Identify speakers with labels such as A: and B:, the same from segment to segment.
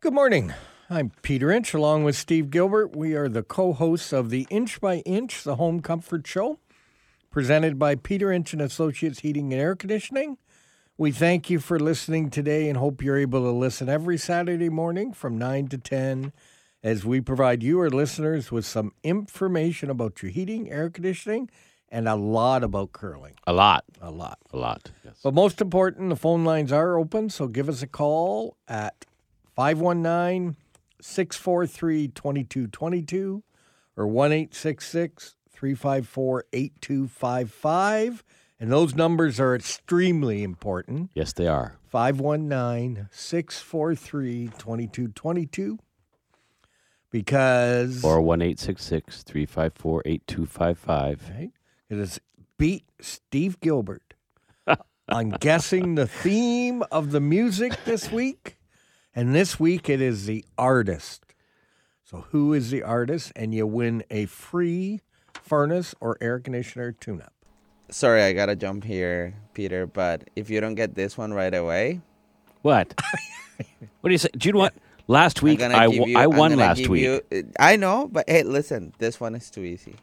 A: Good morning. I'm Peter Inch along with Steve Gilbert. We are the co hosts of the Inch by Inch, the Home Comfort Show, presented by Peter Inch and Associates Heating and Air Conditioning. We thank you for listening today and hope you're able to listen every Saturday morning from 9 to 10 as we provide you, our listeners, with some information about your heating, air conditioning, and a lot about curling.
B: A lot.
A: A lot.
B: A lot. Yes.
A: But most important, the phone lines are open, so give us a call at 519 643 2222 or 1 354 8255. And those numbers are extremely important
B: Yes, they are.
A: 519 643 2222 because
B: Or one eight six six three five four eight two five five.
A: Right? It is beat Steve Gilbert. I'm guessing the theme of the music this week. And this week it is the artist. So who is the artist? And you win a free furnace or air conditioner tune up.
C: Sorry, I gotta jump here, Peter. But if you don't get this one right away,
B: What? what do you say? Do you know what? Last week
C: I'm
B: I,
C: gonna
B: w-
C: give you,
B: I
C: I'm
B: won
C: gonna
B: last
C: give
B: week.
C: you- uh, I know, but hey, listen, this one is too easy,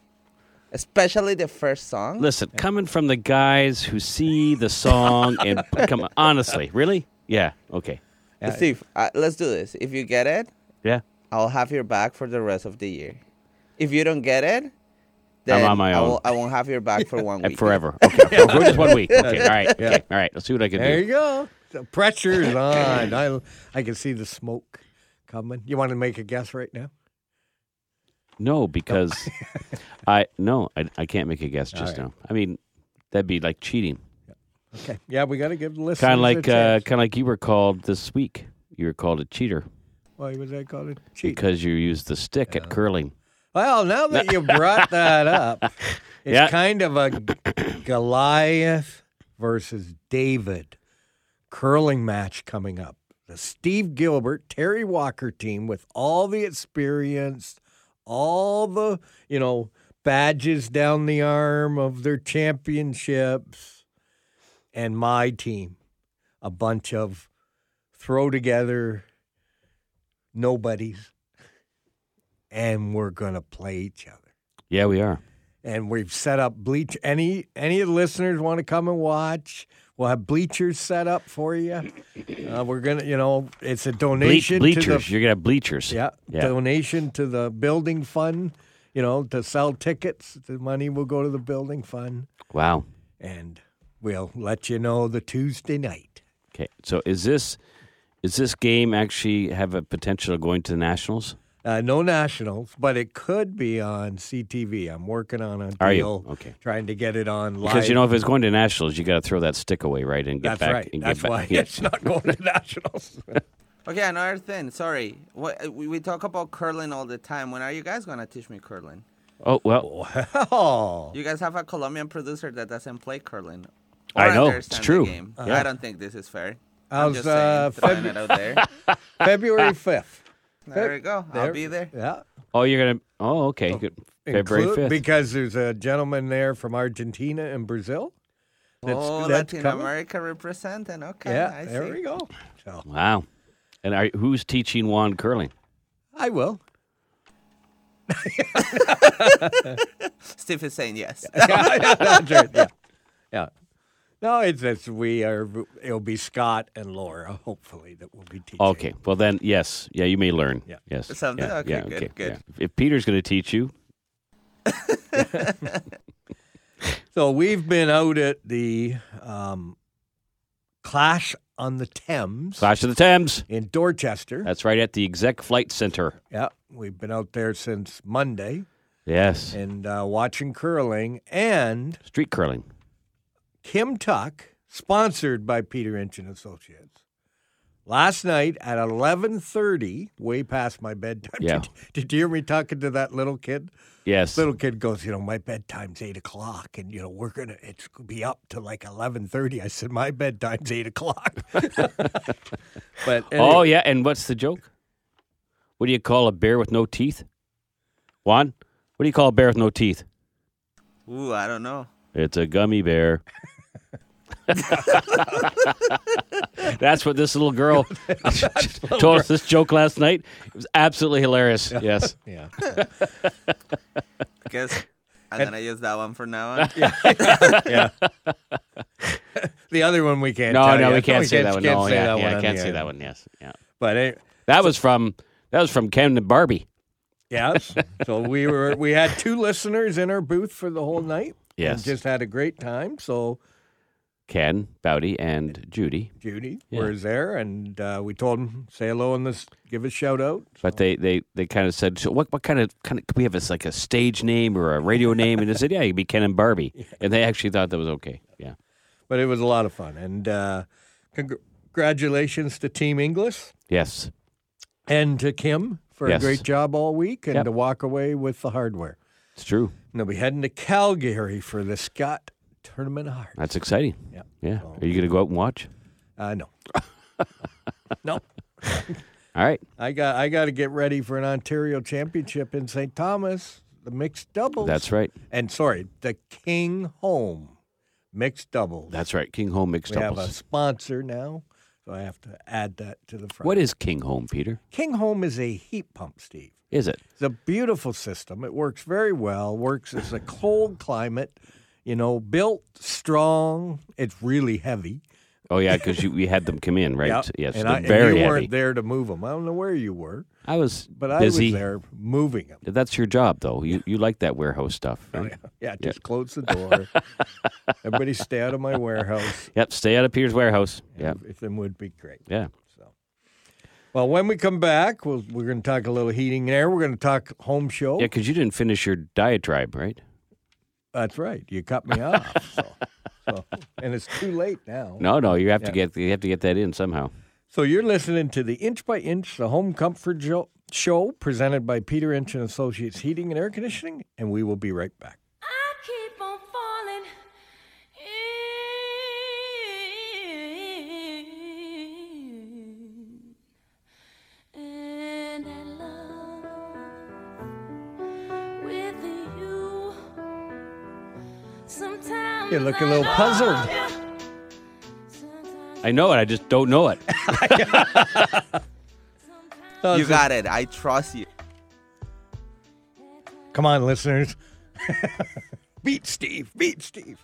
C: especially the first song.
B: Listen, coming from the guys who see the song and come on, honestly, really? Yeah. Okay.
C: Steve, uh, let's do this. If you get it,
B: Yeah.
C: I'll have your back for the rest of the year. If you don't get it, then
B: on my
C: I, will,
B: own.
C: I won't have your back for one
B: And
C: week.
B: forever. Okay. yeah. For just one week. Okay. All right. Okay. All right. Let's see what I can
A: There
B: do.
A: you go. The pressure is on. I, I can see the smoke coming. You want to make a guess right now?
B: No, because I no, I, I can't make a guess just now. I mean, that'd be like cheating.
A: Okay. Yeah, we got to give the listeners
B: Kind of
A: a
B: like uh,
A: chance.
B: kind of like you were called this week. You were called a cheater.
A: Why was I called it cheat?
B: because you use the stick at curling.
A: Well, now that you brought that up, it's
B: Yeah.
A: kind of a G- Goliath versus David curling match coming up. The Steve Gilbert, Terry Walker team with all the experience, all the, you know, badges down the arm of their championships, and my team, a bunch of throw together nobodies and we're gonna play each other.
B: Yeah, we are.
A: And we've set up bleach. Any any of the listeners want to come and watch? We'll have bleachers set up for you. Uh, we're gonna, you know, it's a
B: Bleach,
A: donation
B: bleachers.
A: to the
B: You're gonna have bleachers.
A: yeah,
B: yeah.
A: donation to the building fund. You know, to sell tickets, the money will go to the building fund,
B: Wow.
A: and we'll let you know the Tuesday night.
B: Okay. So is this is this game actually have a potential of going to the nationals?
A: Uh, no nationals, but it could be on CTV. I'm working on a deal,
B: Are you? Okay.
A: trying to get it on live.
B: Because you know if it's going to nationals, you got to throw that stick away, right, and
A: That's
B: get back
A: right.
B: and
A: That's
B: get
A: why
B: back. Yeah.
A: it's not going to nationals.
C: Okay, another thing. Sorry, what, we, we talk about curling all the time. When are you guys gonna teach me curling?
B: Oh well,
A: oh,
C: You guys have a Colombian producer that doesn't play curling. or
B: I know, it's
C: understand the
B: true. Uh-huh.
C: game.
B: Yeah.
C: I don't think this is fair.
A: How's,
C: I'm just
A: uh,
C: saying, throwing it out there.
A: February fifth.
C: There we go. I'll be there.
A: Yeah.
B: oh you're gonna. Oh okay. Good. February
A: Include-
B: fifth.
A: Because there's a gentleman there from Argentina and Brazil.
C: oh,
A: that's
C: Latin
A: coming.
C: America representing. Okay,
A: Yeah,
C: Oh, I
A: there
C: see.
A: we go. So
B: Wow. And are, who's teaching Juan curling?
A: I will.
C: Steve is saying yes.
A: yeah, that's right, yeah. Yeah. No, it's, it's we are. It'll be Scott and Laura, hopefully, that will be teaching.
B: Okay. Well then, yes. Yeah, you may learn.
A: Yeah.
B: Yes.
C: Something?
B: Yeah,
C: Okay,
B: yeah,
C: good,
B: okay,
C: good.
B: yeah. If Peter's gonna teach you,
A: So we've been out at the um, Clash on the Thames
B: Clash of the Thames.
A: in Dorchester.
B: That's right at the Exec Flight Center.
A: Yeah, we've been out there since Monday
B: Yes.
A: and uh, watching curling. And
B: Street curling.
A: Kim Tuck, sponsored by Peter Inch and Associates, last night at eleven thirty, way past my bedtime.
B: Yeah.
A: Did, did you hear me talking to that little kid?
B: Yes.
A: Little kid goes, you know, my bedtime's eight o'clock, and you know we're gonna it's gonna be up to like eleven thirty. I said my bedtime's eight o'clock. but
B: Oh
A: anyway,
B: yeah, and what's the joke? What do you call a bear with no teeth? Juan, what do you call a bear with no teeth?
C: Ooh, I don't know.
B: It's a gummy bear. That's what this little girl told us this joke last night. It was absolutely hilarious. Yes.
A: Yeah.
C: Guess I'm gonna use that one for now on.
A: yeah. the other one we can't.
B: No,
A: tell
B: no,
A: you.
B: we can't say that one.
A: can't
B: No,
A: say
B: yeah,
A: that
B: yeah,
A: one
B: I
A: on
B: can't
A: the
B: say
A: air.
B: that one. Yes. Yeah.
A: But eh, it,
B: That was from that was from Ken and Barbie.
A: yes, so we were we had two listeners in our booth for the whole night. and
B: Yes.
A: just had a great time. So
B: Ken, Bowdy, and Judy.
A: Judy
B: Yeah.
A: was there, and uh, we told him say hello and this give a shout out.
B: But they, they, they kind of said, so what what kind of kind of could we have this like a stage name or a radio name? And they said, yeah, it'd be Ken and Barbie. And they actually thought that was okay. Yeah.
A: But it was a lot of fun, and uh, congr- congratulations to Team Inglis
B: Yes.
A: and to Kim for
B: Yes.
A: a great job all week, and
B: Yep.
A: to walk away with the hardware.
B: It's true.
A: And they'll be heading to Calgary for the Scott Tournament of Hearts.
B: That's exciting.
A: Yeah.
B: Yeah. Are you going to go out and watch?
A: Uh, no, no.
B: All right.
A: I got I got to get ready for an Ontario championship in St. Thomas, the mixed doubles.
B: That's right.
A: And sorry, the King Home mixed doubles.
B: That's right. King Home mixed
A: we have a
B: doubles.
A: sponsor now, so I have to add that to the front.
B: What is King Home, Peter?
A: King Home is a heat pump, Steve.
B: Is it?
A: It's a beautiful system. It works very well. Works as a cold climate, you know, built strong. It's really heavy.
B: Oh yeah, because you we had them come in, right?
A: Yeah.
B: Yes,
A: and
B: they're
A: I, and
B: very
A: you
B: heavy.
A: weren't there to move them. I don't know where you were,
B: I was
A: but I
B: busy.
A: was there moving them.
B: That's your job, though. You you like that warehouse stuff. Right?
A: Yeah, just close the door. Everybody stay out of my warehouse.
B: Yep. Stay out of Peter's warehouse. Yep.
A: If them would be great.
B: Yeah.
A: Well, when we come back, we'll, we're going to talk a little heating and air. We're going to talk home show.
B: Yeah, because you didn't finish your diatribe, right?
A: That's right. You cut me off. So, so, and it's too late now.
B: No, no. You have to get you have to get that in somehow.
A: So you're listening to the Inch by Inch, the Home Comfort jo- Show, presented by Peter Inch and Associates Heating and Air Conditioning, and we will be right back.
D: I keep on falling in, and I love with you. Sometimes
A: You look a
D: I
A: little
D: love
A: puzzled.
D: you. Sometimes-
B: I know it. I just don't know it.
D: sometimes
C: You got it. I trust you.
A: Come on, listeners. beat Steve. Beat Steve.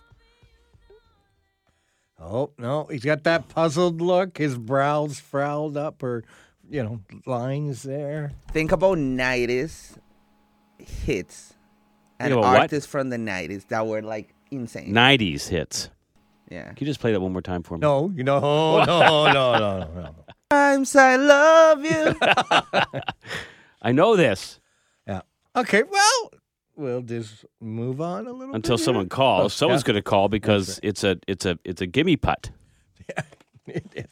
A: Oh, no. He's got that puzzled look. His brows frowled up or, you know, lines there.
C: Think about nineties hits and
B: Think about what?
C: artists from the nineties that were like insane.
B: Nineties hits.
C: yeah.
B: Can you just play that one more time for me?
A: No, you know, oh, no, no, no, no, no.
C: Times I love you.
B: I know this
A: Yeah. Okay, well, we'll just move on a little
B: until
A: bit
B: someone calls. Someone's
A: yeah.
B: going to call because it's a it's a it's a gimme putt.
A: here. It is.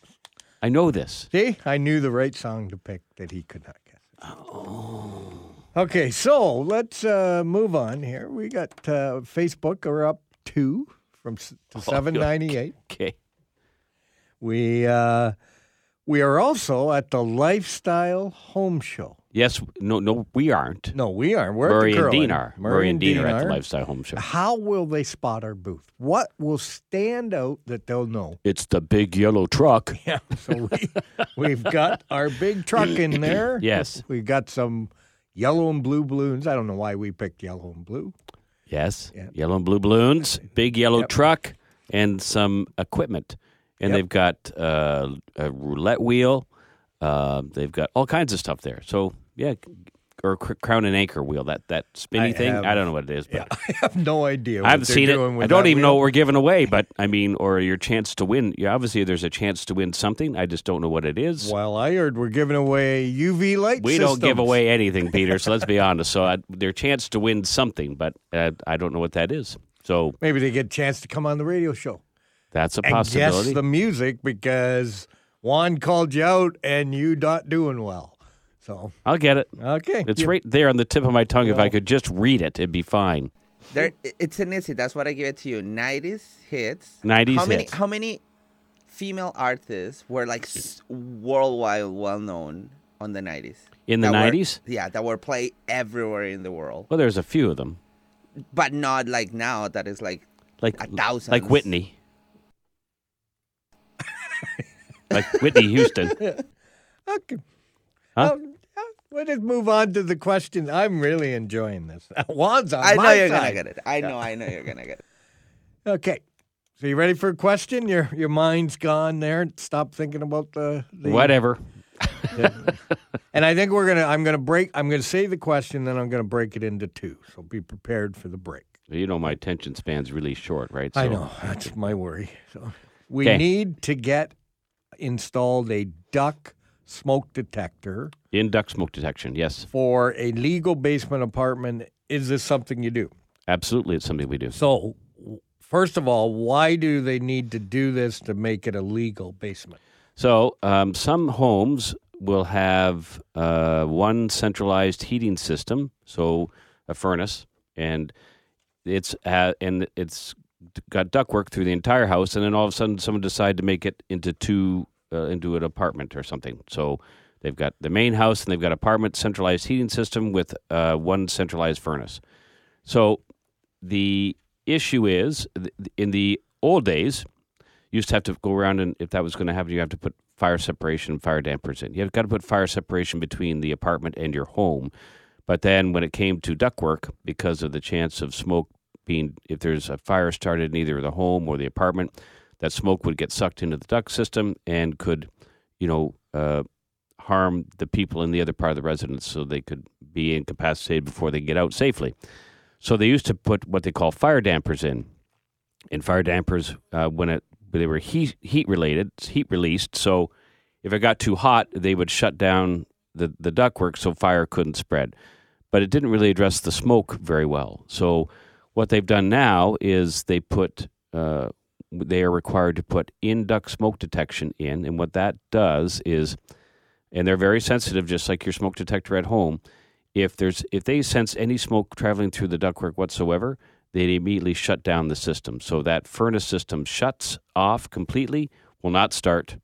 B: I know this.
A: See, I knew the right song to pick that he could not guess. Oh. Okay, so let's uh, move on here. We got uh, Facebook are up two from s-
B: Oh,
A: to seven ninety eight.
B: Okay.
A: We uh, we are also at the Lifestyle Home Show.
B: Yes. No. No. We aren't.
A: No, we aren't. We're
B: Murray
A: at the
B: and
A: Curlin.
B: Dean are. Murray and Dean are at the Lifestyle Home Show.
A: How will they spot our booth? What will stand out that they'll know?
B: It's the big yellow truck.
A: Yeah. So we, we've got our big truck in there.
B: Yes.
A: We've got some yellow and blue balloons. I don't know why we picked yellow and blue.
B: Yes.
A: Yeah.
B: Yellow and blue balloons, big yellow truck, and some equipment. And
A: Yep.
B: they've got uh, a roulette wheel. Uh, they've got all kinds of stuff there. So yeah, or cr- crown and anchor wheel that that spinny
A: I
B: thing.
A: have-
B: I don't know what it is, but
A: I have no idea.
B: I haven't
A: what they're
B: seen it.
A: doing with
B: I don't
A: that
B: even know
A: wheel.
B: what we're giving away. But I mean, or your chance to win. Yeah, obviously, there's a chance to win something. I just don't know what it is.
A: Well, I heard we're giving away UV light
B: We don't give
A: systems.
B: away anything, Peter. So let's be honest. So I, their chance to win something, but uh, I don't know what that is. So
A: Maybe they get a chance to come on the radio show
B: that's a
A: and guess
B: possibility.
A: the music because Juan called you out and you not doing well. So,
B: I'll get it.
A: okay.
B: It's
A: You-
B: right there on the tip of my tongue. If I could just read it, it'd be fine.
C: There, it's an easy. That's what I give it to you. Nineties hits.
B: 90s
C: how many,
B: hits.
C: How many female artists were like s- worldwide well known on the nineties?
B: In the 90s?
C: Yeah, that were played everywhere in the world,
B: Well, there's a few of them,
C: but not like now that is like
B: like
C: A thousand.
B: like Whitney. like Whitney Houston.
A: Okay.
B: Huh?
A: Um, uh, We'll just move on to the question. I'm really enjoying this. Juan's on
C: I
A: my
C: know you're
A: side.
C: gonna get it. I know. I know you're gonna get it.
A: Okay. So you ready for a question? Your your mind's gone there. Stop thinking about the, the
B: Whatever.
A: And I think we're gonna. I'm gonna break. I'm gonna say the question, then I'm gonna break it into two. So be prepared for the break.
B: You know my attention span's really short, right?
A: I know that's my worry. So we
B: 'Kay.
A: need to get installed a duck smoke detector
B: In duct smoke detection, yes,
A: for a legal basement apartment. Is this something you do?
B: absolutely, it's something we do.
A: So w- first of all, why do they need to do this to make it a legal basement?
B: So um, some homes will have uh, one centralized heating system, so a furnace, and it's uh, and it's got ductwork through the entire house, and then all of a sudden someone decided to make it into two uh, into an apartment or something. So they've got the main house and they've got apartment centralized heating system with uh, one centralized furnace. So the issue is th- in the old days you used to have to go around and if that was going to happen, you have to put fire separation, and fire dampers in. You've got to put fire separation between the apartment and your home. But then when it came to ductwork, because of the chance of smoke being, if there's a fire started in either the home or the apartment, that smoke would get sucked into the duct system and could, you know, uh, harm the people in the other part of the residence so they could be incapacitated before they get out safely. So they used to put what they call fire dampers in and fire dampers uh, when it they were heat heat related heat released so if it got too hot they would shut down the the ductwork so fire couldn't spread but it didn't really address the smoke very well so what they've done now is they put uh, they are required to put in duct smoke detection in and what that does is and they're very sensitive just like your smoke detector at home if there's if they sense any smoke traveling through the ductwork whatsoever, they immediately shut down the system. So that furnace system shuts off completely, will not start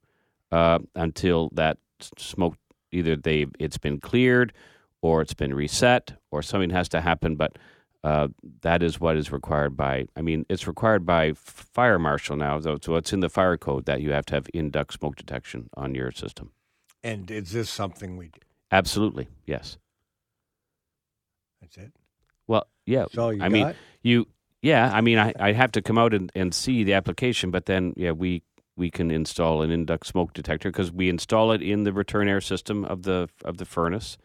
B: uh, until that s- smoke either they it's been cleared or it's been reset or something has to happen. But uh, that is what is required by. I mean, it's required by f- fire marshal now. So so it's in the fire code that you have to have in duct smoke detection on your system.
A: And is this something we do?
B: Absolutely, yes.
A: That's it.
B: Well, yeah.
A: That's all you
B: I mean,
A: got?
B: you. Yeah, I mean, I I have to come out and, and see the application, but then yeah, we we can install an induct smoke detector because we install it in the return air system of the of the furnace,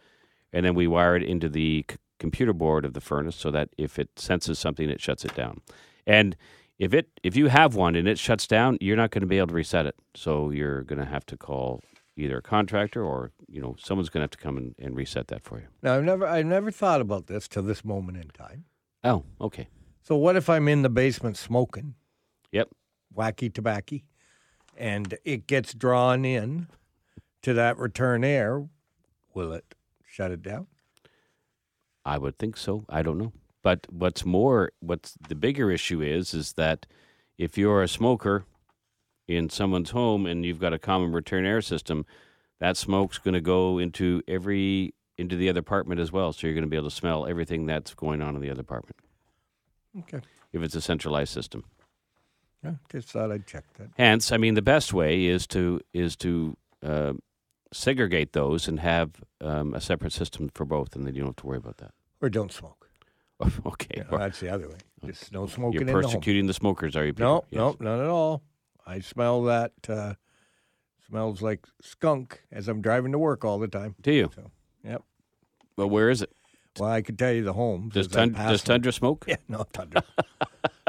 B: and then we wire it into the c- computer board of the furnace so that if it senses something, it shuts it down. And if it if you have one and it shuts down, you're not going to be able to reset it. So you're going to have to call either a contractor or you know someone's going to have to come and, and reset that for you.
A: Now I've never I've never thought about this till this moment in time.
B: Oh, okay.
A: So what if I'm in the basement smoking
B: Yep.
A: wacky tobacco and it gets drawn in to that return air? Will it shut it down?
B: I would think so. I don't know. But what's more, what's the bigger issue is, is that if you're a smoker in someone's home and you've got a common return air system, that smoke's going to go into every into the other apartment as well. So you're going to be able to smell everything that's going on in the other apartment
A: Okay.
B: if it's a centralized system.
A: Yeah, just thought I'd check that.
B: Hence, I mean, the best way is to is to uh, segregate those and have um, a separate system for both, and then you don't have to worry about that.
A: Or don't smoke.
B: okay,
A: Yeah,
B: or
A: that's the other way. Just no smoking
B: you're
A: in the home.
B: persecuting the, smokers, are you? Peter?
A: No,
B: Yes.
A: no, not at all. I smell that. Uh, smells like skunk as I'm driving to work all the time.
B: Do you?
A: So, yep.
B: Well, where is it?
A: Well, I could tell you the home.
B: Does,
A: because I
B: tund-
A: passed
B: does
A: them.
B: Tundra smoke?
A: Yeah, no thunder.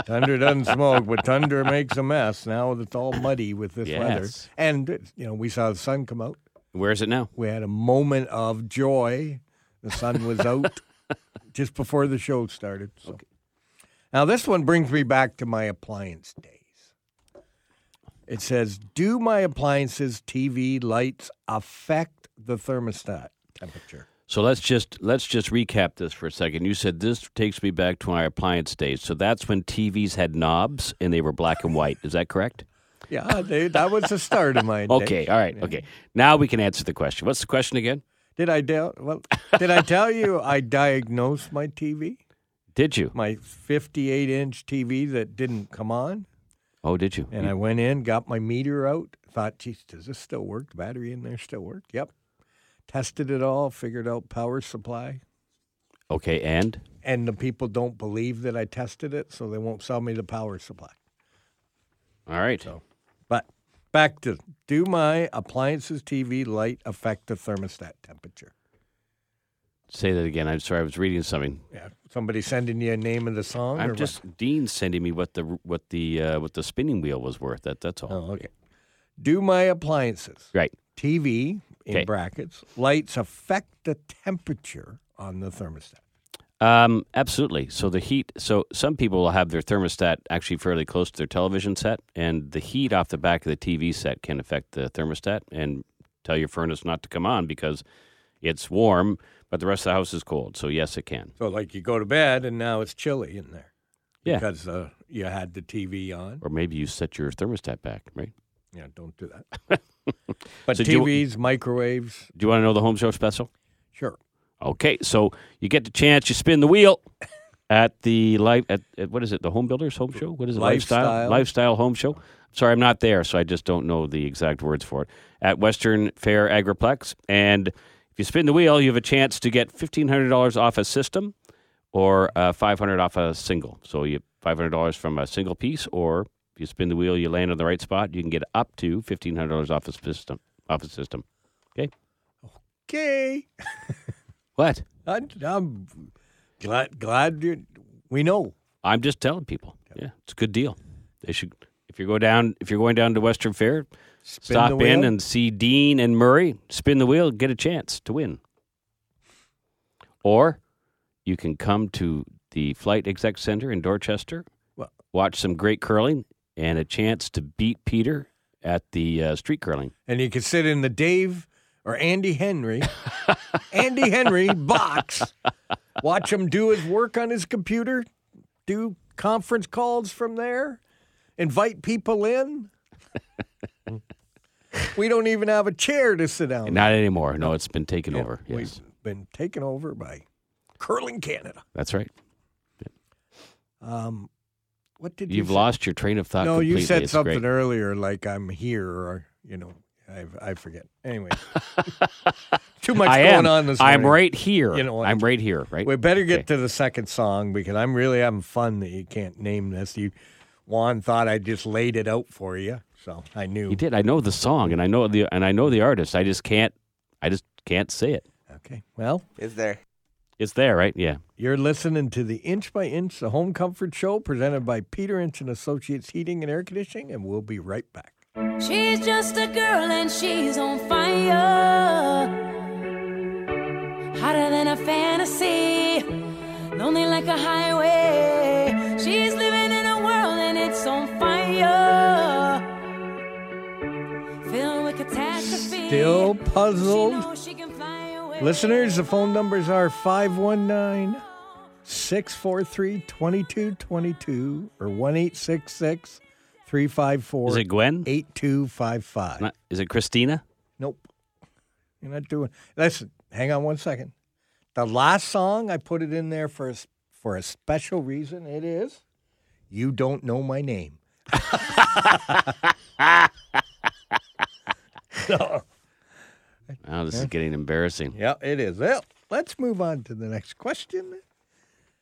A: thunder doesn't smoke, but thunder makes a mess. Now it's all muddy with this weather,
B: Yes.
A: and it's- you know we saw the sun come out.
B: Where is it now?
A: We had a moment of joy. The sun was out just before the show started. So. Now this one brings me back to my appliance days. It says, "Do my appliances, TV, lights affect the thermostat temperature?"
B: So let's just let's just recap this for a second. You said this takes me back to my appliance days. So that's when TVs had knobs and they were black and white. Is that correct?
A: Yeah, they, that was the start of my day.
B: Okay. All right. Okay. Now we can answer the question. What's the question again?
A: Did I del- well? Did I tell you I diagnosed my TV,
B: Did you?
A: my 58 inch TV that didn't come on?
B: Oh, did you?
A: And I went in, got my meter out, Thought, geez, does this still work? The battery in there still work? Yep. Tested it all, figured out power supply.
B: Okay, and
A: And the people don't believe that I tested it, so they won't sell me the power supply.
B: all right.
A: But back to do my appliances, TV, light affect the thermostat temperature?
B: Say that again. I'm sorry. I was reading something.
A: Yeah. Somebody sending you a name of the song? or
B: I'm
A: what?
B: just Dean's sending me what the what the uh, what the spinning wheel was worth. That that's all.
A: Oh, okay. Do my appliances,
B: Right.
A: TV in
B: Okay.
A: brackets, lights affect the temperature on the thermostat?
B: Um, absolutely. So the heat. So some people will have their thermostat actually fairly close to their television set, and the heat off the back of the TV set can affect the thermostat and tell your furnace not to come on because it's warm, but the rest of the house is cold. So yes, it can.
A: So, like, you go to bed and now it's chilly in there.
B: Yeah.
A: Because uh, you had the TV on.
B: Or maybe you set your thermostat back. Right.
A: Yeah, don't do that. but
B: So do you-
A: TVs, microwaves,
B: Do you want to know the home show special?
A: sure.
B: Okay, so you get the chance, you spin the wheel at the life at, at what is it? The Home Builders Home Show? What is it?
A: Lifestyle.
B: Lifestyle Home Show. Sorry, I'm not there, so I just don't know the exact words for it. At Western Fair Agriplex, and if you spin the wheel, you have a chance to get fifteen hundred dollars off a system or uh, five hundred off a single. So you five hundred dollars from a single piece, or if you spin the wheel, you land on the right spot, you can get up to fifteen hundred dollars off a system. Off a system. Okay.
A: Okay.
B: What?
A: I'm, I'm glad, glad you, we know.
B: I'm just telling people. Yeah, it's a good deal. They should if you go down if you're going down to Western Fair,
A: Spin the
B: stop in
A: wheel.
B: and see Dean and Murray, spin the wheel, get a chance to win. Or you can come to the Flight Exec Center in Dorchester,
A: Well-
B: watch some great curling and a chance to beat Peter at the uh, street curling.
A: and you could sit in the Dave or Andy Henry, Andy Henry box, watch him do his work on his computer, do conference calls from there, invite people in. we don't even have a chair to sit down.
B: Not anymore. No, it's been taken over.
A: We've
B: Yes.
A: been taken over by Curling Canada.
B: That's right.
A: Um, what did
B: You've
A: you say?
B: lost your train of thought
A: No,
B: Uh, completely.
A: you said
B: It's
A: something
B: great.
A: earlier, like I'm here, or you know, I, I forget. Anyway, too much
B: I
A: going
B: am.
A: on this morning.
B: I'm right here.
A: You know what?
B: I'm right here, right?
A: We better get
B: Okay.
A: to the second song because I'm really having fun that you can't name this. You, Juan thought I just laid it out for you, so I knew.
B: He did. I know the song, and I know the and I know the artist. I just can't. I just can't say it.
A: Okay, well,
C: Is there?
B: It's there, right? Yeah.
A: you're listening to the Inch by Inch, the Home Comfort Show, presented by Peter Inch and Associates Heating and Air Conditioning, and we'll be right back.
D: She's just a girl and she's on fire. Hotter than a fantasy, lonely like a highway. She's living in a world and it's on fire. Filled with catastrophe.
A: Still
D: She
A: puzzled.
D: knows she can fly away.
A: Listeners, the phone numbers are 519 643 2222 or 1 354
B: Is it Gwen?
A: 8255.
B: Not- is it Christina?
A: Nope. You're not doing. Listen, hang on one second. The last song I put it in there for a, s- for a special reason. It is "You Don't Know My Name." so,
B: Oh, this is getting embarrassing.
A: yeah, it is. Well, let's move on to the next question.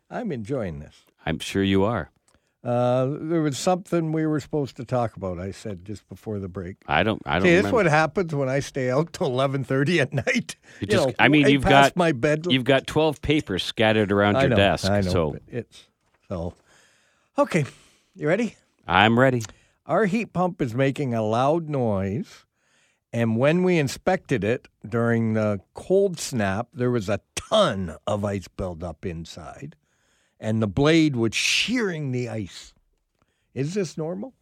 A: I'm enjoying this.
B: I'm sure you are.
A: Uh, there was something we were supposed to talk about. I said just before the break.
B: I don't. I don't.
A: See, this is
B: remember.
A: what happens when I stay out till eleven thirty at night.
B: You just- I mean,
A: way
B: you've
A: past
B: got-
A: my bed.
B: You've got twelve papers scattered around
A: I
B: your
A: know,
B: desk.
A: I know,
B: so
A: but it's so. Okay, you ready?
B: I'm ready.
A: Our heat pump is making a loud noise, and when we inspected it during the cold snap, there was a ton of ice buildup inside, and the blade was shearing the ice. Is this normal?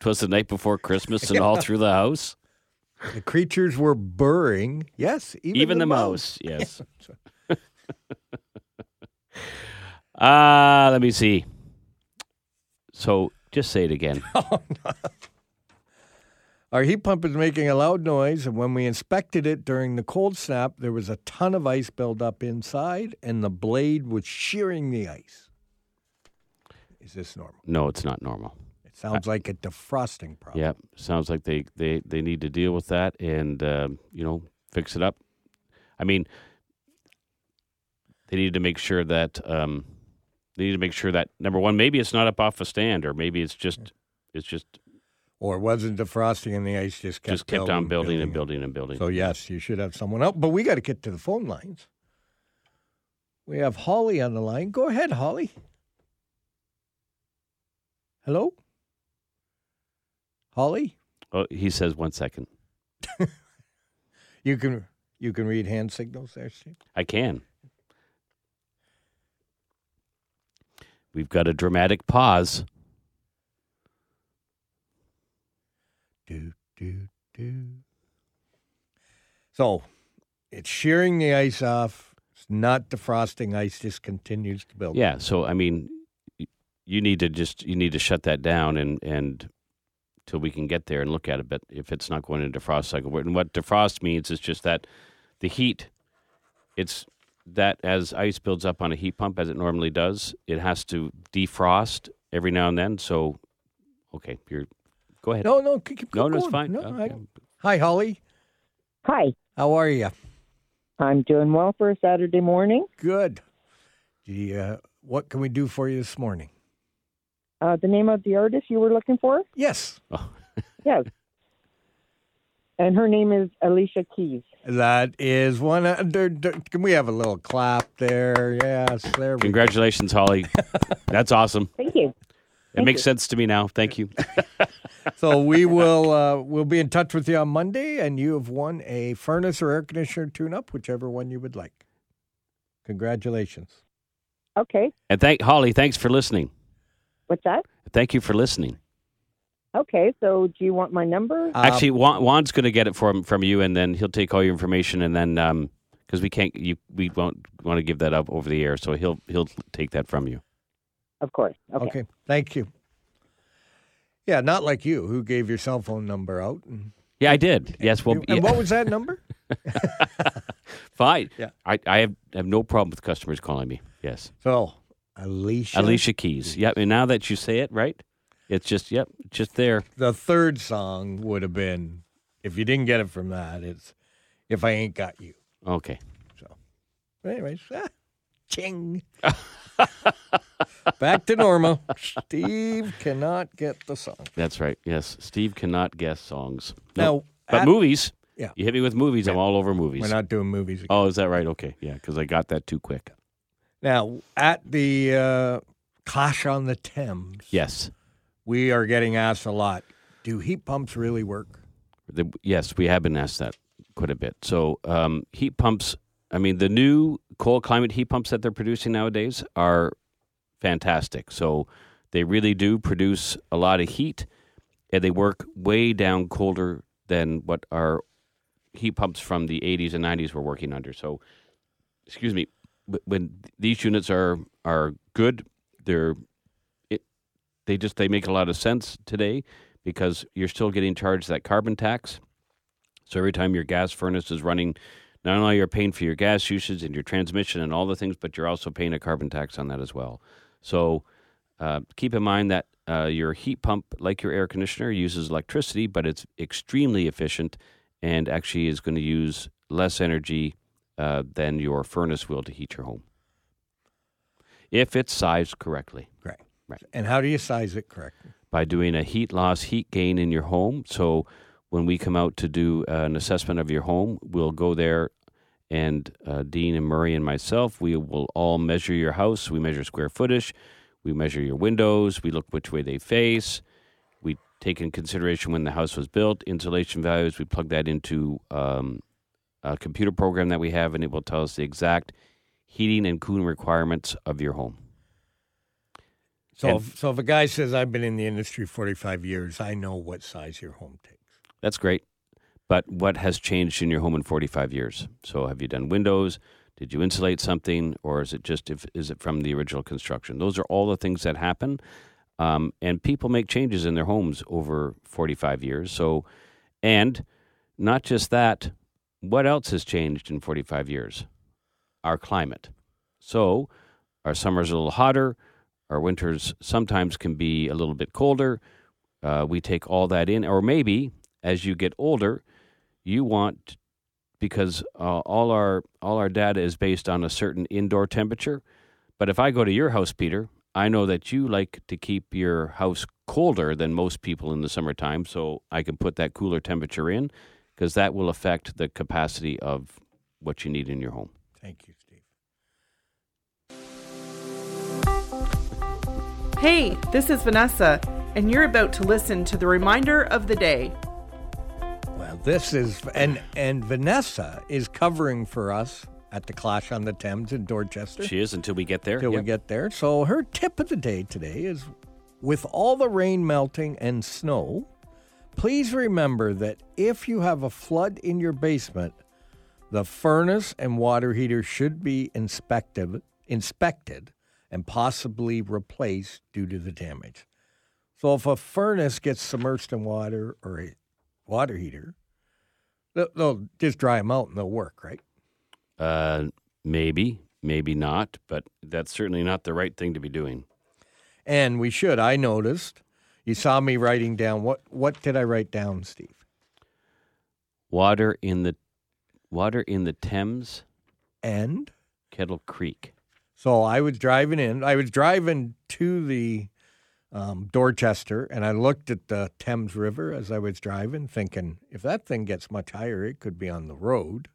B: Twas the night before Christmas, and all through the house,
A: The creatures were burrowing. Yes, even,
B: even, the, mouse. Yes. Ah, let me see. So just say it again.
A: Our heat pump is making a loud noise, and when we inspected it during the cold snap, there was a ton of ice buildup inside, and the blade was shearing the ice. Is this normal?
B: No, it's not normal.
A: It's Sounds like a defrosting problem.
B: Yeah, sounds like they, they, they need to deal with that and um, you know fix it up. I mean, they need to make sure that um, they need to make sure that number one, maybe it's not up off a stand, or maybe it's just it's just
A: Or wasn't defrosting and the ice just kept
B: just kept on building and building and building.
A: So yes, you should have someone else. But we got to get to the phone lines. We have Holly on the line. Go ahead, Holly. Hello, Holly.
B: oh, he says one second.
A: You can you can read hand signals there, Steve.
B: I can. We've got a dramatic pause.
A: Do, do, do. So it's shearing the ice off. It's not defrosting. Ice just continues to build.
B: Yeah, so I mean, y- you need to just you need to shut that down and and till we can get there and look at it. But if it's not going into defrost cycle, and what defrost means is just that the heat, it's that as ice builds up on a heat pump as it normally does, it has to defrost every now and then. So, okay, you're go ahead.
A: No, no, keep, keep
B: no,
A: going.
B: no, it's fine. Uh,
A: No,
B: Okay.
A: I- hi, Holly.
E: Hi,
A: How are you?
E: I'm doing well for a Saturday morning.
A: Good. The, uh, what can we do for you this morning?
E: Uh, the name of the artist you were looking for?
A: Yes,
B: Oh,
E: Yes. and her name is Alicia Keys.
A: that is one. uh, d- d- Can we have a little clap there? Yes, there we go.
B: congratulations, Holly. That's awesome.
E: Thank you.
B: It makes sense to me now. Thank you.
A: So we will uh, we'll be in touch with you on Monday, and you have won a furnace or air conditioner tune-up, whichever one you would like. Congratulations.
E: Okay.
B: And thank Holly. Thanks for listening.
E: What's that?
B: Thank you for listening.
E: Okay. So do you want my number?
A: Uh,
B: Actually, Juan, Juan's going to get it from from you, and then he'll take all your information, and then because we can't, you we won't want to give that up over the air, so he'll he'll take that from you.
E: Of course. Okay.
A: Okay. Thank you. Yeah, not like you who gave your cell phone number out. And,
B: Yeah, I did. Yes, well,
A: and
B: yeah,
A: what was that number?
B: fine.
A: Yeah.
B: I I have, have no problem with customers calling me. Yes,
A: so, Alicia.
B: Alicia Keys. Yep. And now that you say it, right? It's just yep, just there.
A: The third song would have been, if you didn't get it from that, it's If I Ain't Got You.
B: Okay.
A: But anyways, ah, ching. Back to normal. Steve cannot get the song.
B: That's right. Yes, Steve cannot guess songs.
A: Now,
B: Nope. but
A: at-
B: movies.
A: Yeah.
B: you hit me with movies. I'm all over movies.
A: We're not doing movies again.
B: oh, is that right? Okay, yeah, because I got that too quick.
A: Now, at the uh, Clash on the Thames,
B: Yes,
A: we are getting asked a lot do heat pumps really work?
B: the, yes, we have been asked that quite a bit. So um, heat pumps. I mean, the new cold climate heat pumps that they're producing nowadays are fantastic. So they really do produce a lot of heat, and they work way down colder than what our heat pumps from the 80s and 90s were working under. So, excuse me, wh- when these units are are good, they're it, they just they make a lot of sense today because you're still getting charged that carbon tax. So every time your gas furnace is running, not only you're paying for your gas usage and your transmission and all the things, but you're also paying a carbon tax on that as well. So uh, keep in mind that uh, your heat pump, like your air conditioner, uses electricity, but it's extremely efficient and actually is going to use less energy uh, than your furnace will to heat your home. If it's sized correctly
A: Right.
B: Right.
A: And how do you size it correctly?
B: by doing a heat loss, heat gain in your home. So when we come out to do uh, an assessment of your home, we'll go there and uh, Dean and Murray and myself, we will all measure your house. We measure square footage, we measure your windows, we look which way they face. We take in consideration when the house was built, insulation values, we plug that into um, a computer program that we have, and it will tell us the exact heating and cooling requirements of your home.
A: So,
B: And-
A: if, so if a guy says, I've been in the industry 45 years, I know what size your home takes.
B: That's great. But what has changed in your home in 45 years? So have you done windows? Did you insulate something, or is it just if is it from the original construction? Those are all the things that happen, um, and people make changes in their homes over 45 years. So, and not just that, what else has changed in 45 years? Our climate. So, our summers are a little hotter. Our winters sometimes can be a little bit colder. Uh, we take all that in, or maybe as you get older, you want because uh, all our all our data is based on a certain indoor temperature. But if I go to your house, Peter, I know that you like to keep your house colder than most people in the summertime, so I can put that cooler temperature in because that will affect the capacity of what you need in your home.
A: Thank you, Steve.
F: Hey, this is Vanessa, and you're about to listen to the reminder of the day.
A: Well, this is and and Vanessa is covering for us at the Clash on the Thames in Dorchester
B: She is until we get there.
A: till
B: Yep.
A: we get there. So her tip of the day today is with all the rain melting and snow, please remember that if you have a flood in your basement, the furnace and water heater should be inspected inspected and possibly replaced due to the damage. So if a furnace gets submerged in water or a water heater, they'll, they'll just dry them out and they'll work, right?
B: Uh, maybe, maybe not, but that's certainly not the right thing to be doing.
A: And we should. I noticed. You saw me writing down what what did I write down, Steve?
B: Water in the water in the Thames,
A: And
B: Kettle Creek.
A: so I was driving in. I was driving to the um, Dorchester, and I looked at the Thames River as I was driving, thinking if that thing gets much higher, it could be on the road.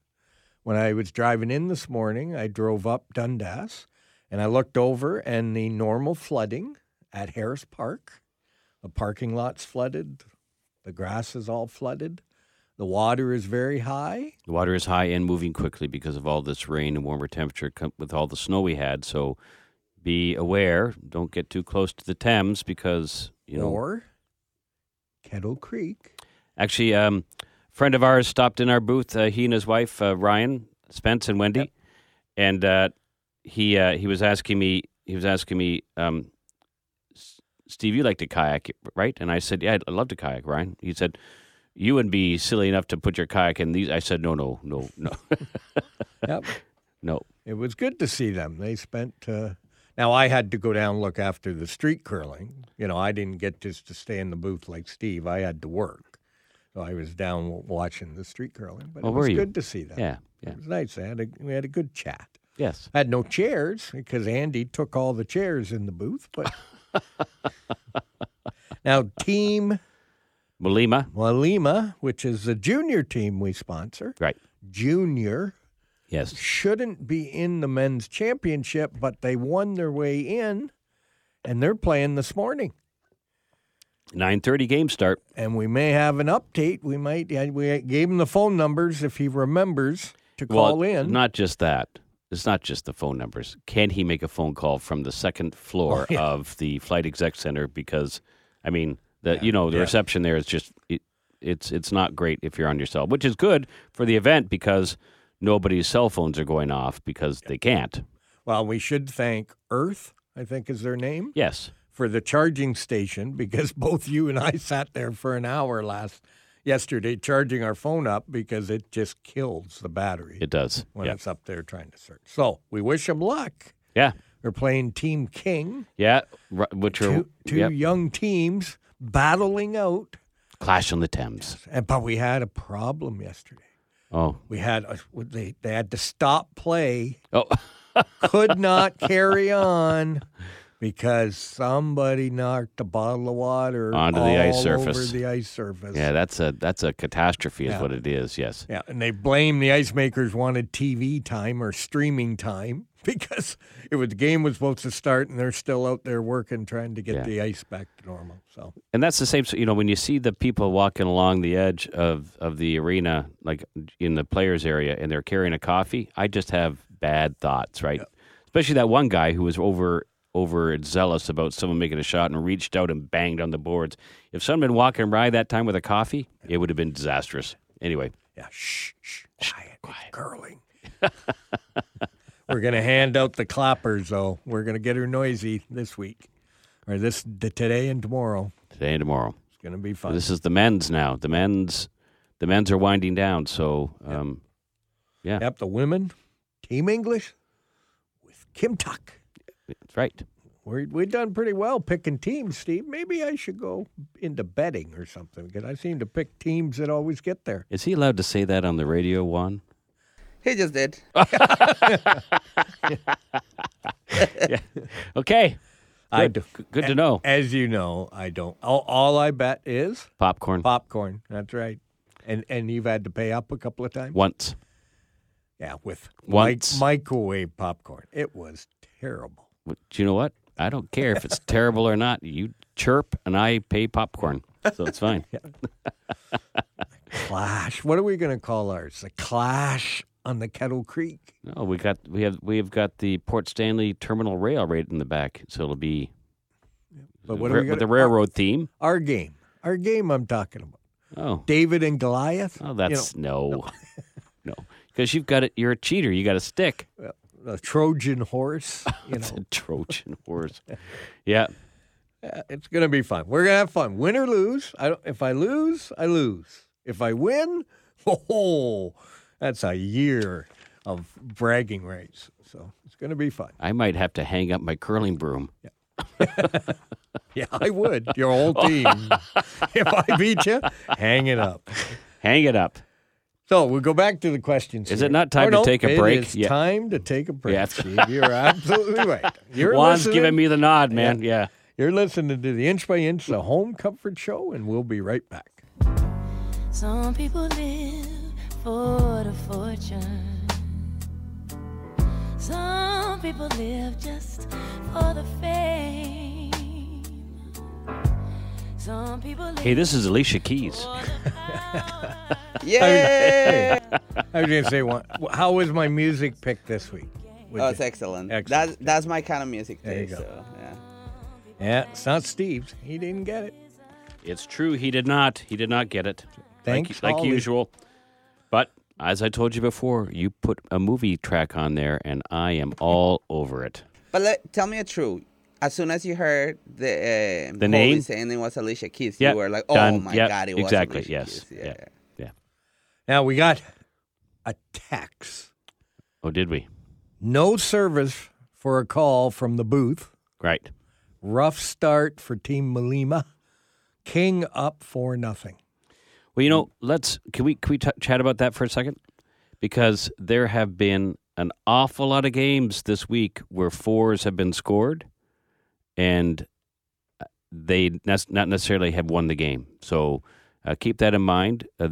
A: When I was driving in this morning, I drove up Dundas, and I looked over, and the normal flooding at Harris Park, the parking lot's flooded, the grass is all flooded, the water is very high.
B: The water is high and moving quickly because of all this rain and warmer temperature com- with all the snow we had. So be aware. Don't get too close to the Thames because you know.
A: or Kettle Creek.
B: Actually, um, a friend of ours stopped in our booth. Uh, he and his wife, uh, Ryan Spence and Wendy, and uh, he uh, he was asking me. He was asking me, um, S- Steve, you like to kayak, right? And I said, Yeah, I'd love to kayak, Ryan. He said, You wouldn't be silly enough to put your kayak in these. I said, No, no, no, no,
A: Yep.
B: no.
A: it was good to see them. They spent. Uh, now I had to go down and look after the street curling. You know, I didn't get just to stay in the booth like Steve. I had to work, so I was down w- watching the street curling. But
B: Well,
A: it
B: were
A: was
B: you?
A: good to see them.
B: Yeah, yeah,
A: it was nice. I had a, we had a good chat.
B: yes.
A: I had no chairs because Andy took all the chairs in the booth. But now team
B: Malima,
A: Walima, which is the junior team we sponsor,
B: right?
A: junior
B: Yes,
A: shouldn't be in the men's championship, but they won their way in, and they're playing this morning.
B: nine thirty game start.
A: And we may have an update. We might. yeah, We gave him the phone numbers if he remembers to call
B: well,
A: in.
B: Not just that. It's not just the phone numbers. Can he make a phone call from the second
A: Oh,
B: floor of the flight exec center? Because, I mean, the you know the reception there is just it, it's it's not great if you're on your cell, which is good for the event because nobody's cell phones are going off because they can't.
A: well, we should thank Earth. I think is their name
B: Yes,
A: for the charging station because both you and I sat there for an hour last yesterday charging our phone up because it just kills the battery
B: it does.
A: when
B: yeah.
A: it's up there trying to search. So we wish him luck.
B: yeah,
A: They're playing Team King.
B: yeah, Ru- Which are
A: two, two
B: yep.
A: young teams battling out.
B: Clash on the Thames.
A: And, but we had a problem yesterday.
B: Oh,
A: We had a, they they had to stop play,
B: oh,
A: could not carry on because somebody knocked a bottle of water
B: Onto the ice
A: all
B: surface.
A: Over the ice surface.
B: yeah. That's a that's a catastrophe, is
A: Yeah.
B: what it is. Yes.
A: Yeah, and they blame the ice makers wanted TV time or streaming time because it was the game was supposed to start and they're still out there working trying to get
B: Yeah.
A: the ice back to normal. So
B: and that's the same. You know, when you see the people walking along the edge of of the arena, like in the players area, and they're carrying a coffee, I just have bad thoughts, right? Especially that one guy who was over over zealous about someone making a shot and reached out and banged on the boards. If someone had been walking by that time with a coffee, it would have been disastrous. Anyway,
A: Yeah, shh, shh, quiet, quiet. curling. We're gonna hand out the clappers, though. We're gonna get her noisy this week, or this the, today and tomorrow.
B: today and tomorrow.
A: It's gonna be fun.
B: This is the men's now. The men's the men's are winding down. So um, yeah,
A: yep, the women, Team English, with Kim Tuck.
B: that's right.
A: We're, we've done pretty well picking teams, Steve. Maybe I should go into betting or something because I seem to pick teams that always get there.
B: Is he allowed to say that on the radio, Juan?
C: He just did.
B: Okay.
A: I
B: Good.
A: do.
B: G- Good to know.
A: As you know, I don't. All, all I bet is
B: Popcorn.
A: popcorn. That's right. And and you've had to pay up a couple of times.
B: Once.
A: Yeah, with
B: Once.
A: mi- microwave popcorn. It was terrible.
B: But Do you know what? I don't care if it's terrible or not. You chirp and I pay popcorn. So it's fine.
A: Clash. What are we going to call ours? The Clash on the Kettle Creek.
B: No, we got we have we've got the Port Stanley Terminal Rail right in the back, so it'll be
A: But what
B: ra-
A: are we gonna,
B: with the railroad theme.
A: Our game. Our game. I'm talking about
B: Oh,
A: David and Goliath.
B: oh, that's no, no, because you've got it. You're a cheater. You got a stick.
A: you know, the Trojan horse. You know,
B: It's a Trojan horse. Yeah,
A: Uh, it's going to be fun. We're going to have fun. Win or lose. I don't, if I lose, I lose. If I win, oh, that's a year of bragging rights. So it's going to be fun.
B: I might have to hang up my curling broom.
A: Yeah, I would. Your whole team. if I beat you, hang it up.
B: Hang it up.
A: So we'll go back to the questions.
B: Is
A: here.
B: it not time
A: Or
B: to
A: no,
B: take a break?
A: It is
B: Yeah.
A: time to take a break.
B: Yeah.
A: Steve. You're absolutely right. You're
B: Juan's
A: listening.
B: giving me the nod, man. yeah.
A: You're listening to the Inch by Inch, the Home Comfort Show, and we'll be right back.
D: Some people live for the fortune. Some people live just for the fame. Some people live
B: Hey, this is Alicia Keys.
D: for the power.
C: Yeah.
A: I was going to say, one. how was my music pick this week? Would
C: Oh,
A: you-
C: it's excellent.
A: Excellent.
C: That's that's my kind of music
A: There you
C: taste.
A: go.
C: So, yeah.
A: yeah, it's not Steve's. He didn't get it.
B: It's true. He did not. He did not get it.
A: Thanks,
B: like, like
A: Ollie.
B: usual. But as I told you before, you put a movie track on there, and I am all over it.
C: But let, tell me a truth. As soon as you heard the uh,
B: The name?
C: and it was Alicia Keys,
B: Yep,
C: you were like, "Oh
B: done.
C: my
B: Yep,
C: god, it was
B: exactly,
C: Alicia
B: yes,
C: Keys. Yeah.
B: yeah. Yeah.
A: Now we got a tax.
B: Oh, did we?
A: No service for a call from the booth.
B: Right.
A: Rough start for Team Malima. King up for nothing.
B: Well, you know, let's can we can we t- chat about that for a second? Because there have been an awful lot of games this week where fours have been scored, and uh, they nes- not necessarily have won the game. So uh, keep that in mind. Uh,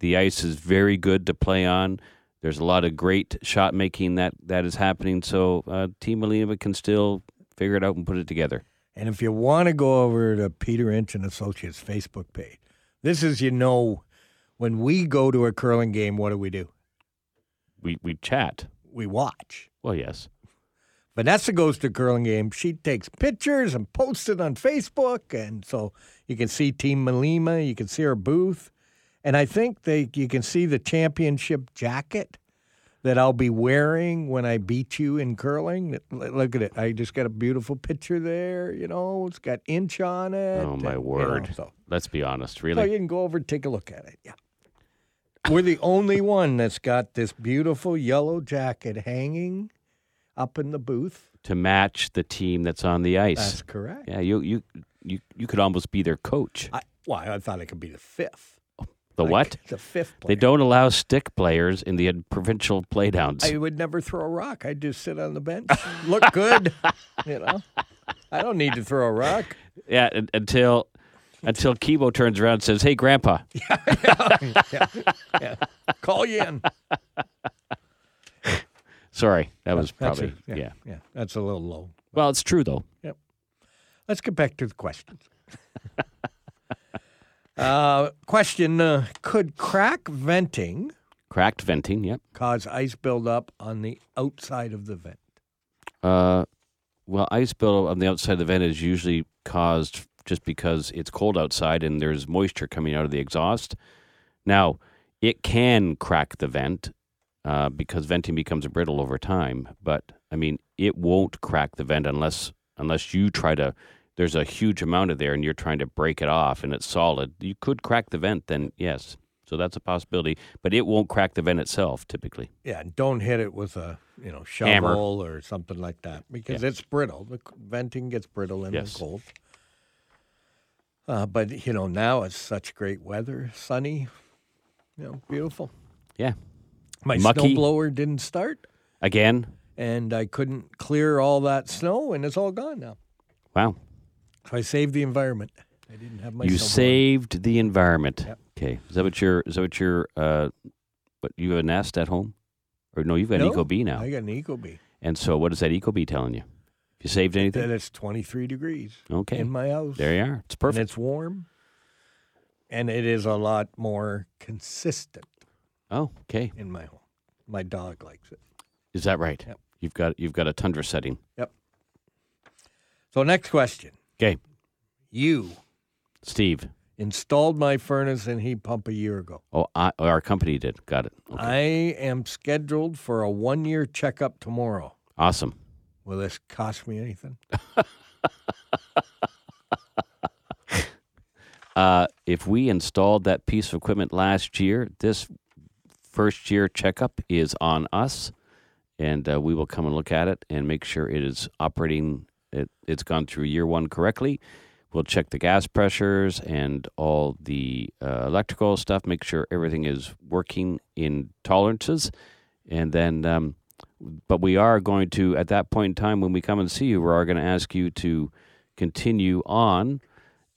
B: the ice is very good to play on. There's a lot of great shot making that that is happening. So uh, Team Malima can still figure it out and put it together.
A: And if you want to go over to Peter Inch and Associates Facebook page, this is you know when we go to a curling game, what do we do?
B: We we chat.
A: We watch.
B: Well, yes.
A: Vanessa goes to curling game. She takes pictures and posts it on Facebook, and so you can see Team Malima. You can see her booth, and I think they you can see the championship jacket that I'll be wearing when I beat you in curling. L- Look at it! I just got a beautiful picture there. You know, it's got inch on it.
B: Oh
A: and,
B: my
A: you know,
B: word.
A: so,
B: Let's be honest.
A: so
B: Really.
A: you can go over and take a look at it. Yeah. We're the only one that's got this beautiful yellow jacket hanging up in the booth.
B: to match the team that's on the
A: That's
B: ice.
A: correct.
B: yeah, you you you you could almost be their coach.
A: I, well, I thought it could be the fifth.
B: the
A: Like,
B: what?
A: The fifth player.
B: They don't allow stick players in the provincial playdowns.
A: I would never throw a rock. I'd just sit on the bench, look good. You know, I don't need to throw a rock.
B: yeah, un- until until Kibo turns around and says, "Hey, Grandpa."
A: Call you in.
B: Sorry, that was
A: That's
B: probably
A: it.
B: yeah.
A: yeah. That's a little low.
B: Well, it's true though.
A: Let's get back to the questions. uh, question: uh, Could crack venting
B: Cracked venting. Yep.
A: cause ice buildup on the outside of the vent?
B: Uh, well, ice buildup on the outside of the vent is usually caused just because it's cold outside and there's moisture coming out of the exhaust. Now, it can crack the vent uh, because venting becomes brittle over time. But I mean, it won't crack the vent unless unless you try to. There's a huge amount of there, and you're trying to break it off, and it's solid. You could crack the vent, then yes. So that's a possibility, but it won't crack the vent itself typically.
A: Yeah, don't hit it with a you know shovel
B: Hammer.
A: or something like that because it's brittle. The c- venting gets brittle in
B: Yes.
A: the cold. Uh, but you know now it's such great weather, sunny, you know, beautiful.
B: Yeah.
A: My
B: Mucky.
A: snowblower didn't start,
B: Again,
A: and I couldn't clear all that snow, and it's all gone now.
B: wow.
A: So I saved the environment. I didn't have my.
B: You
A: snowblower.
B: saved the environment.
A: Yep.
B: Okay. Is that what your is that what your uh what you have a nest at home? Or no, you've got
A: No,
B: an Eco Bee now.
A: I got an ecobee.
B: And so what is that Eco Bee telling you? You saved anything?
A: That it's twenty three degrees
B: Okay.
A: in my house.
B: there you are. It's perfect.
A: And it's warm. And it is a lot more consistent
B: oh, okay.
A: in my home. My dog likes it.
B: Is that right?
A: Yep.
B: You've got you've got a tundra setting.
A: Yep. So next question.
B: Okay.
A: You
B: Steve.
A: installed my furnace and heat pump a year ago.
B: Oh, I, our company did. Got it. Okay.
A: I am scheduled for a one year checkup tomorrow.
B: awesome.
A: Will this cost me anything?
B: Uh, if we installed that piece of equipment last year, this first year checkup is on us, and uh, we will come and look at it and make sure it is operating. It, it's gone through year one correctly. We'll check the gas pressures and all the uh, electrical stuff, make sure everything is working in tolerances, and then. Um, but we are going to, at that point in time, when we come and see you, we are going to ask you to continue on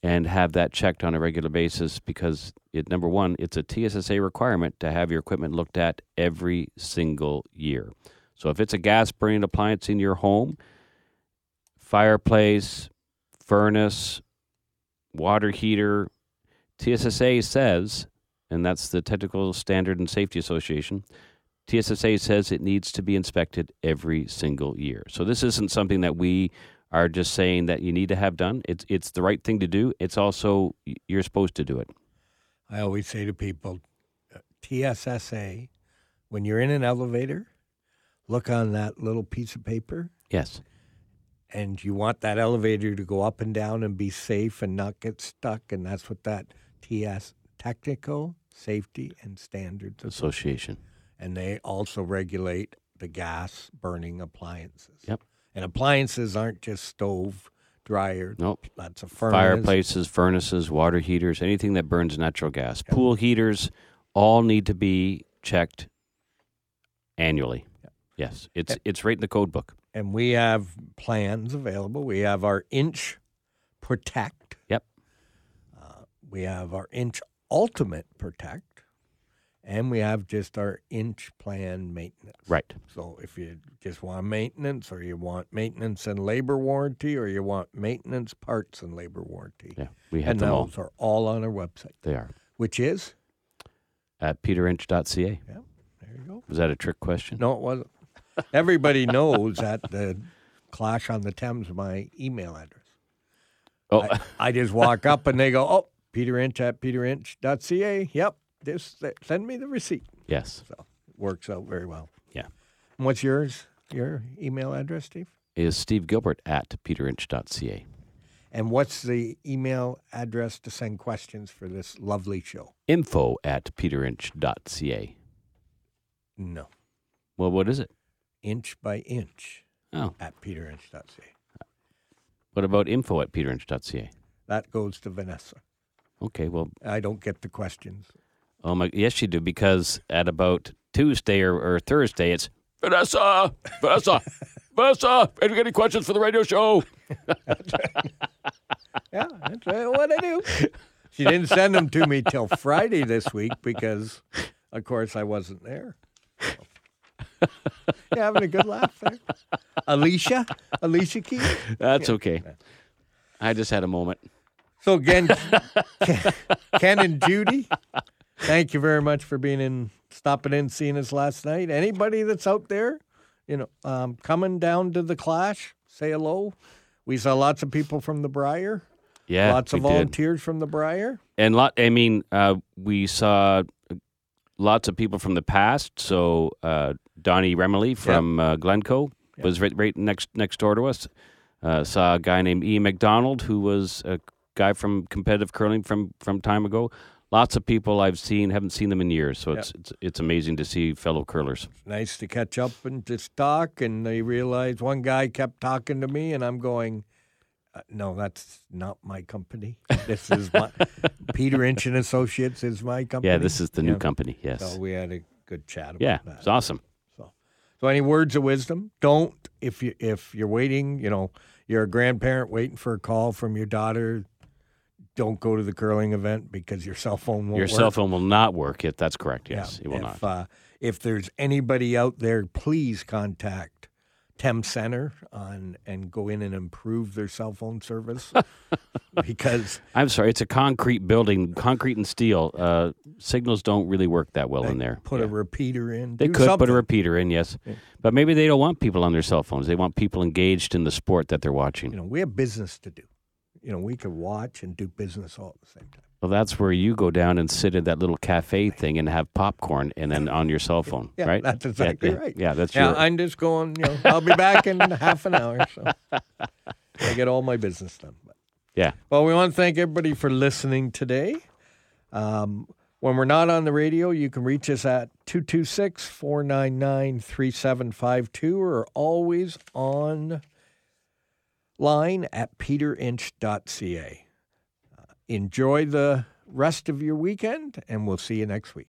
B: and have that checked on a regular basis because it number one, it's a TSSA requirement to have your equipment looked at every single year. So if it's a gas burning appliance in your home, fireplace, furnace, water heater, TSSA says, and that's the Technical Standard and Safety Association. TSSA says it needs to be inspected every single year. So this isn't something that we are just saying that you need to have done. It's it's the right thing to do. It's also y- you're supposed to do it.
A: I always say to people, uh, TSSA, when you're in an elevator, look on that little piece of paper
B: Yes.
A: and you want that elevator to go up and down and be safe and not get stuck. And that's what that TS technical safety and standards. Is.
B: Association.
A: And they also regulate the gas burning appliances.
B: Yep.
A: And appliances aren't just stove, dryer.
B: Nope.
A: That's a furnace.
B: Fireplaces, furnaces, water heaters, anything that burns natural gas, pool heaters, all need to be checked annually. Yes, it's it's right in the code book.
A: And we have plans available. We have our inch protect.
B: Yep.
A: We have our inch ultimate protect. And we have just our inch plan maintenance.
B: Right.
A: So if you just want maintenance, or you want maintenance and labor warranty, or you want maintenance parts and labor warranty,
B: Yeah, we have
A: and
B: them all.
A: those are all on our website,
B: They are
A: which is
B: at peterinch.ca.
A: yeah, there you go.
B: Was that a trick question?
A: No, it wasn't. Everybody knows at the Clash on the Thames my email address.
B: Oh,
A: I, I just walk up and they go, "Oh, Peter Inch at peterinch.ca." Yep, this send me the receipt.
B: yes.
A: So it works out very well.
B: Yeah.
A: And what's yours? Your email address, Steve?
B: Is Steve Gilbert at peterinch.ca.
A: And what's the email address to send questions for this lovely show?
B: Info at peterinch.ca.
A: No.
B: Well, what is it?
A: Inch by inch
B: Oh,
A: at peterinch.ca.
B: what about info at peterinch.ca?
A: That goes to Vanessa.
B: Okay, well,
A: I don't get the questions.
B: oh my, yes, you do, because at about Tuesday or, or Thursday, it's Vanessa, Vanessa, Vanessa, have you got any questions for the radio show?
A: Yeah, that's uh, what I do. She didn't send them to me till Friday this week because, of course, I wasn't there. you having a good laugh there. Alicia? Alicia Keys?
B: That's okay. I just had a moment.
A: So again, Ken and Judy, thank you very much for being in, stopping in, seeing us last night. Anybody that's out there, you know, um, coming down to the Clash, say hello. We saw lots of people from the Briar,
B: Yeah,
A: lots of
B: we did.
A: volunteers from the Briar.
B: and lot i mean uh, we saw lots of people from the past so uh, donnie remley from uh, glencoe was right, right next next door to us uh, saw a guy named e mcdonald who was a guy from competitive curling from from time ago lots of people I've seen haven't seen them in years. So it's it's it's amazing to see fellow curlers.
A: nice to catch up and just talk. And they realized one guy kept talking to me, and I'm going, uh, "No, that's not my company. This is my Peter Inch and Associates is my company."
B: Yeah, this is the
A: Yeah.
B: new company. Yes.
A: So we had a good chat about
B: yeah,
A: that.
B: it's awesome.
A: So any words of wisdom? Don't if you if you're waiting, you know, you're a grandparent waiting for a call from your daughter. Don't go to the curling event because your cell phone won't
B: Your
A: work.
B: cell phone will not work. If that's correct, yes, it will
A: if,
B: not.
A: Uh, if there's anybody out there, please contact Tem Center on and go in and improve their cell phone service because
B: I'm sorry, it's a concrete building, concrete and steel. Uh, signals don't really work that well in there.
A: put
B: Yeah.
A: a repeater in.
B: They
A: do
B: could put a
A: something.
B: repeater in, yes. But maybe they don't want people on their cell phones. They want people engaged in the sport that they're watching.
A: You know, we have business to do. You know, we could watch and do business all at the same time.
B: well, that's where you go down and sit in that little cafe thing and have popcorn and then on your cell phone,
A: Yeah,
B: right?
A: That's
B: Yeah,
A: exactly
B: yeah,
A: right.
B: Yeah, that's
A: yeah.
B: your.
A: I'm just going. You know, I'll be back in half an hour, so I get all my business done.
B: yeah.
A: Well, we want to thank everybody for listening today. Um, when we're not on the radio, you can reach us at 226 499 3752 or always online at peterinch.ca. Uh, enjoy the rest of your weekend, and we'll see you next week.